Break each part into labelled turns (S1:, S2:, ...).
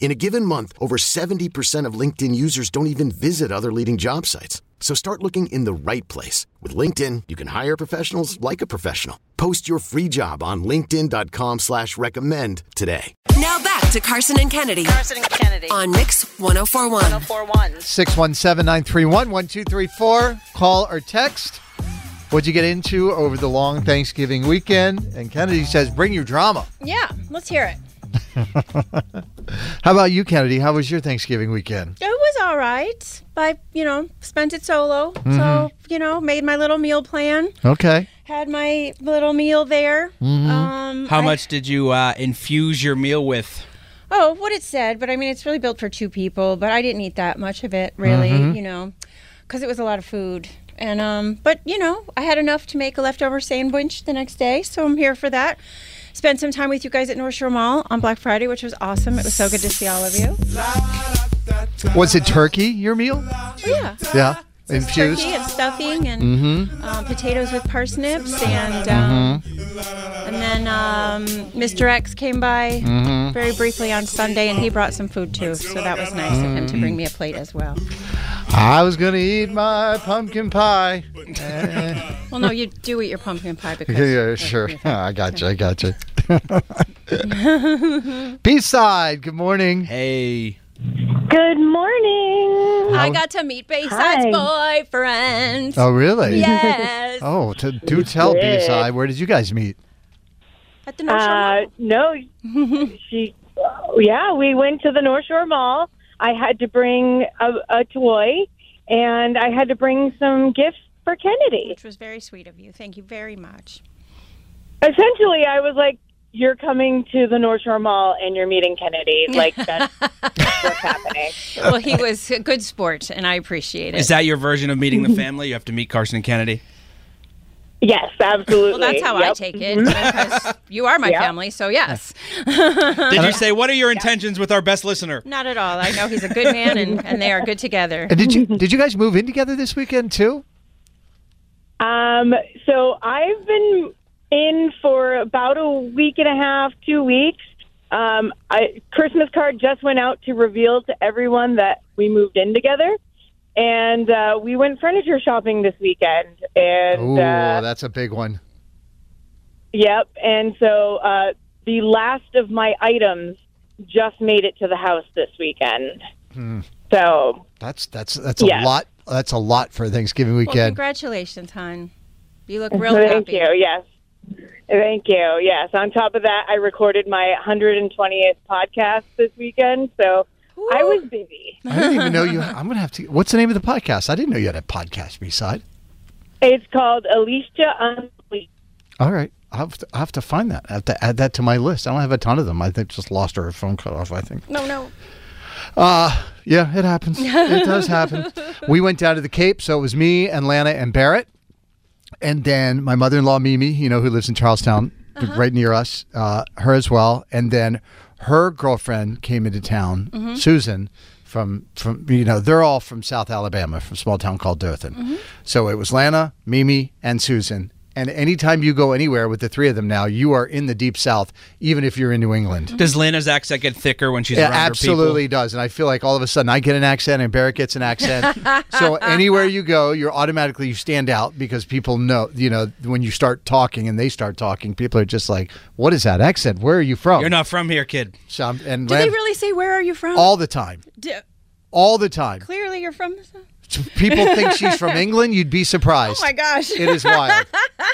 S1: In a given month, over 70% of LinkedIn users don't even visit other leading job sites. So start looking in the right place. With LinkedIn, you can hire professionals like a professional. Post your free job on linkedin.com slash recommend today.
S2: Now back to Carson and Kennedy
S3: Carson and Kennedy.
S2: on Mix 1041.
S3: 1041.
S4: 617 931 1234. Call or text. What'd you get into over the long Thanksgiving weekend? And Kennedy says, bring your drama.
S5: Yeah, let's hear it.
S4: How about you, Kennedy? How was your Thanksgiving weekend?
S5: It was all right. I, you know, spent it solo. So, you know, made my little meal plan.
S4: Okay.
S5: Had my little meal there. Um,
S6: How
S5: I-
S6: much did you uh, infuse your meal with?
S5: Oh, what it said, but I mean, it's really built for two people. But I didn't eat that much of it, really. You know, because it was a lot of food. And um, but you know, I had enough to make a leftover sandwich the next day, so I'm here for that. Spent some time with you guys at North Shore Mall on Black Friday, which was awesome. It was so good to see all of you.
S4: Was it turkey, your meal?
S5: Yeah.
S4: Yeah. Infused?
S5: turkey and stuffing and
S4: Mm-hmm.
S5: um, potatoes with parsnips
S4: Uh-huh.
S5: and um,
S4: Mm-hmm.
S5: and then um, Mr. X came by very briefly on Sunday and he brought some food too, so that was nice of him to bring me a plate as well.
S4: I was going to eat my pumpkin pie.
S5: Well, no, you do eat your pumpkin pie because
S4: Yeah, sure. I got you. I got you. Peace side. Good morning.
S6: Hey,
S7: Good morning.
S5: I got to meet Bayside's boyfriend.
S4: Oh, really?
S5: Yes,
S4: Oh, t- do tell, B side. Where did you guys meet?
S5: at the North Shore
S7: Uh,
S5: Mall.
S7: no, she. Yeah, we went to the North Shore Mall. I had to bring a, a toy, and I had to bring some gifts for Kennedy.
S5: Which was very sweet of you. Thank you very much.
S7: Essentially, I was like, "You're coming to the North Shore Mall, and you're meeting Kennedy." Like that's what's happening.
S5: Well, he was a good sport, and I appreciate it.
S6: is that your version of meeting the family? You have to meet Carson and Kennedy.
S7: Yes, absolutely.
S5: well, that's how I
S7: Yep.
S5: take it because you are my
S7: Yep.
S5: family, so yes.
S6: Did you say what are your intentions with our best listener?
S5: Not at all. I know he's a good man, and, and they are good together.
S4: And did you did you guys move in together this weekend too?
S7: Um, so I've been in for about a week and a half, two weeks. Um, I, Christmas card just went out to reveal to everyone that we moved in together, and uh, we went furniture shopping this weekend.
S4: Ooh,
S7: And uh,
S4: that's a big one.
S7: yep, and so uh, the last of my items just made it to the house this weekend. So
S4: That's that's that's
S7: Yes.
S4: a lot. That's a lot for Thanksgiving
S5: Well,
S4: weekend.
S5: congratulations, hon. You look real
S7: Thank
S5: happy.
S7: you. Yes. Thank you. Yes. On top of that, I recorded my 120th podcast this weekend, so I was busy.
S4: I didn't even know you. I'm gonna have to. What's the name of the podcast? I didn't know you had a podcast. Beside,
S7: It's called Alicia Unleashed.
S4: all right. I have to, I have to find that. I have to add that to my list. I don't have a ton of them. I think just lost her phone cut off. I think. Uh,
S5: No, no.
S4: Yeah, it happens. It does happen. We went down to the Cape, so it was me and Lana and Barrett, and then my mother-in-law Mimi, you know, who lives in Charlestown, right near us, uh, her as well, and then her girlfriend came into town, Susan. From from you know they're all from South Alabama from a small town called Dothan, so it was Lana, Mimi, and Susan. And anytime you go anywhere with the three of them now, you are in the deep South, even if you're in New England.
S6: Does Lana's accent get thicker when she's
S4: It
S6: around her people?
S4: absolutely does. And I feel like all of a sudden I get an accent and Barrett gets an accent. so anywhere you go, you're automatically you stand out because people know, you know, when you start talking and they start talking, people are just like, What is that accent? Where are you from?
S6: You're not from here, kid.
S4: So I'm- and
S5: Do they
S4: Lan-
S5: really say where are you from?
S4: all the time.
S5: Do-
S4: All the time.
S5: clearly, you're from.
S4: people think she's from England, you'd be surprised.
S5: Oh my gosh.
S4: It is wild.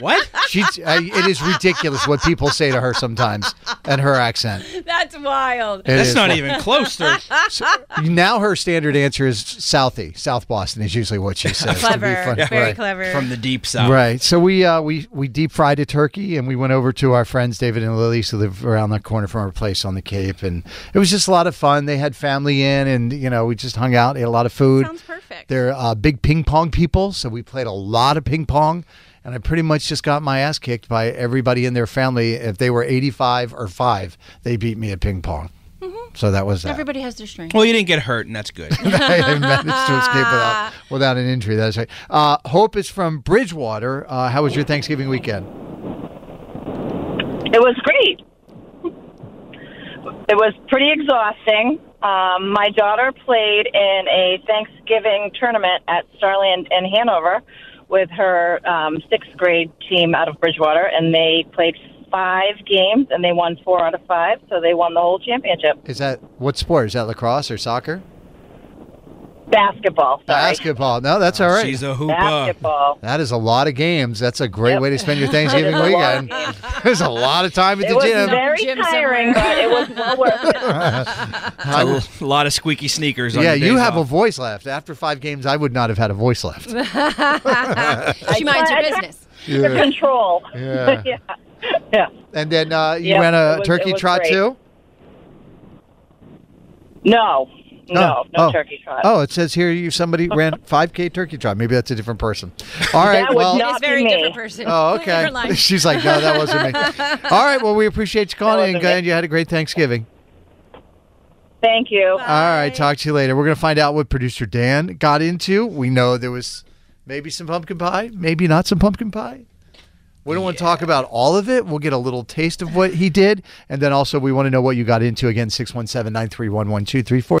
S6: What?
S4: She, uh, it is ridiculous what people say to her sometimes and her accent.
S5: That's wild.
S4: It
S6: That's
S4: is
S6: not
S4: wild.
S6: even close. To,
S4: Now her standard answer is Southie, South Boston is usually what she says. to be
S5: Clever.
S4: funny.
S5: Very
S4: right.
S5: clever.
S6: from the deep south.
S4: Right. So we uh, we we deep fried a turkey and we went over to our friends David and Lily who live around the corner from our place on the Cape and it was just a lot of fun. They had family in and you know we just hung out, ate a lot of food.
S5: Sounds perfect.
S4: They're uh, big ping pong people, so we played a lot of ping pong. And I pretty much just got my ass kicked by everybody in their family. If they were 85 or 5, they beat me at ping pong.
S5: Mm-hmm.
S4: So that was that.
S5: Everybody has their strength.
S6: Well, you didn't get hurt, and that's good.
S4: I managed to escape without, without an injury. That's right. Uh, Hope is from Bridgewater. Uh, how was your Thanksgiving weekend?
S3: It was great. It was pretty exhausting. Um, my daughter played in a Thanksgiving tournament at Starland in Hanover with her um, sixth grade team out of Bridgewater, and they played five games and they won four out of five, so they won the whole championship.
S4: Is that what sport? Is that lacrosse or soccer?
S3: Basketball. Sorry.
S4: Basketball. No, that's all right.
S6: She's a hoopa.
S3: Basketball.
S4: that is a lot of games. That's a great
S3: Yep.
S4: way to spend your Thanksgiving
S3: It is a lot of
S4: weekend. There's a lot of time at
S3: It
S4: the
S3: was
S4: gym.
S3: very
S5: Gym
S3: tiring, but it was well worth it.
S6: A l- lot of squeaky sneakers. On
S4: yeah,
S6: your
S4: you
S6: days
S4: have a
S6: off.
S4: voice left. After five games, I would not have had a voice left.
S5: she minds her
S3: I tried-
S5: business.
S3: The control.
S4: Yeah.
S3: yeah. Yeah.
S4: And then uh, you
S3: Yeah,
S4: ran
S3: it
S4: a
S3: was-
S4: turkey
S3: it was
S4: trot
S3: great.
S4: too.
S3: No. No.
S4: Oh,
S3: No
S4: oh.
S3: turkey trot.
S4: Oh, it says here you somebody ran 5K turkey trot. Maybe that's a different person. All right.
S3: That would
S4: well,
S3: not-
S5: It's very
S3: me.
S5: different person.
S4: Oh, okay.
S5: Different life.
S4: She's like, no, that wasn't me. All right. Well, we appreciate you calling in,
S3: wasn't
S4: and you had a great Thanksgiving.
S3: Thank you.
S4: All right. Talk to you later. We're going to find out what producer Dan got into. We know there was maybe some pumpkin pie, maybe not some pumpkin pie. We don't want to talk about all of it. We'll get a little taste of what he did. And then also, we want to know what you got into. Again, 617 931 1234.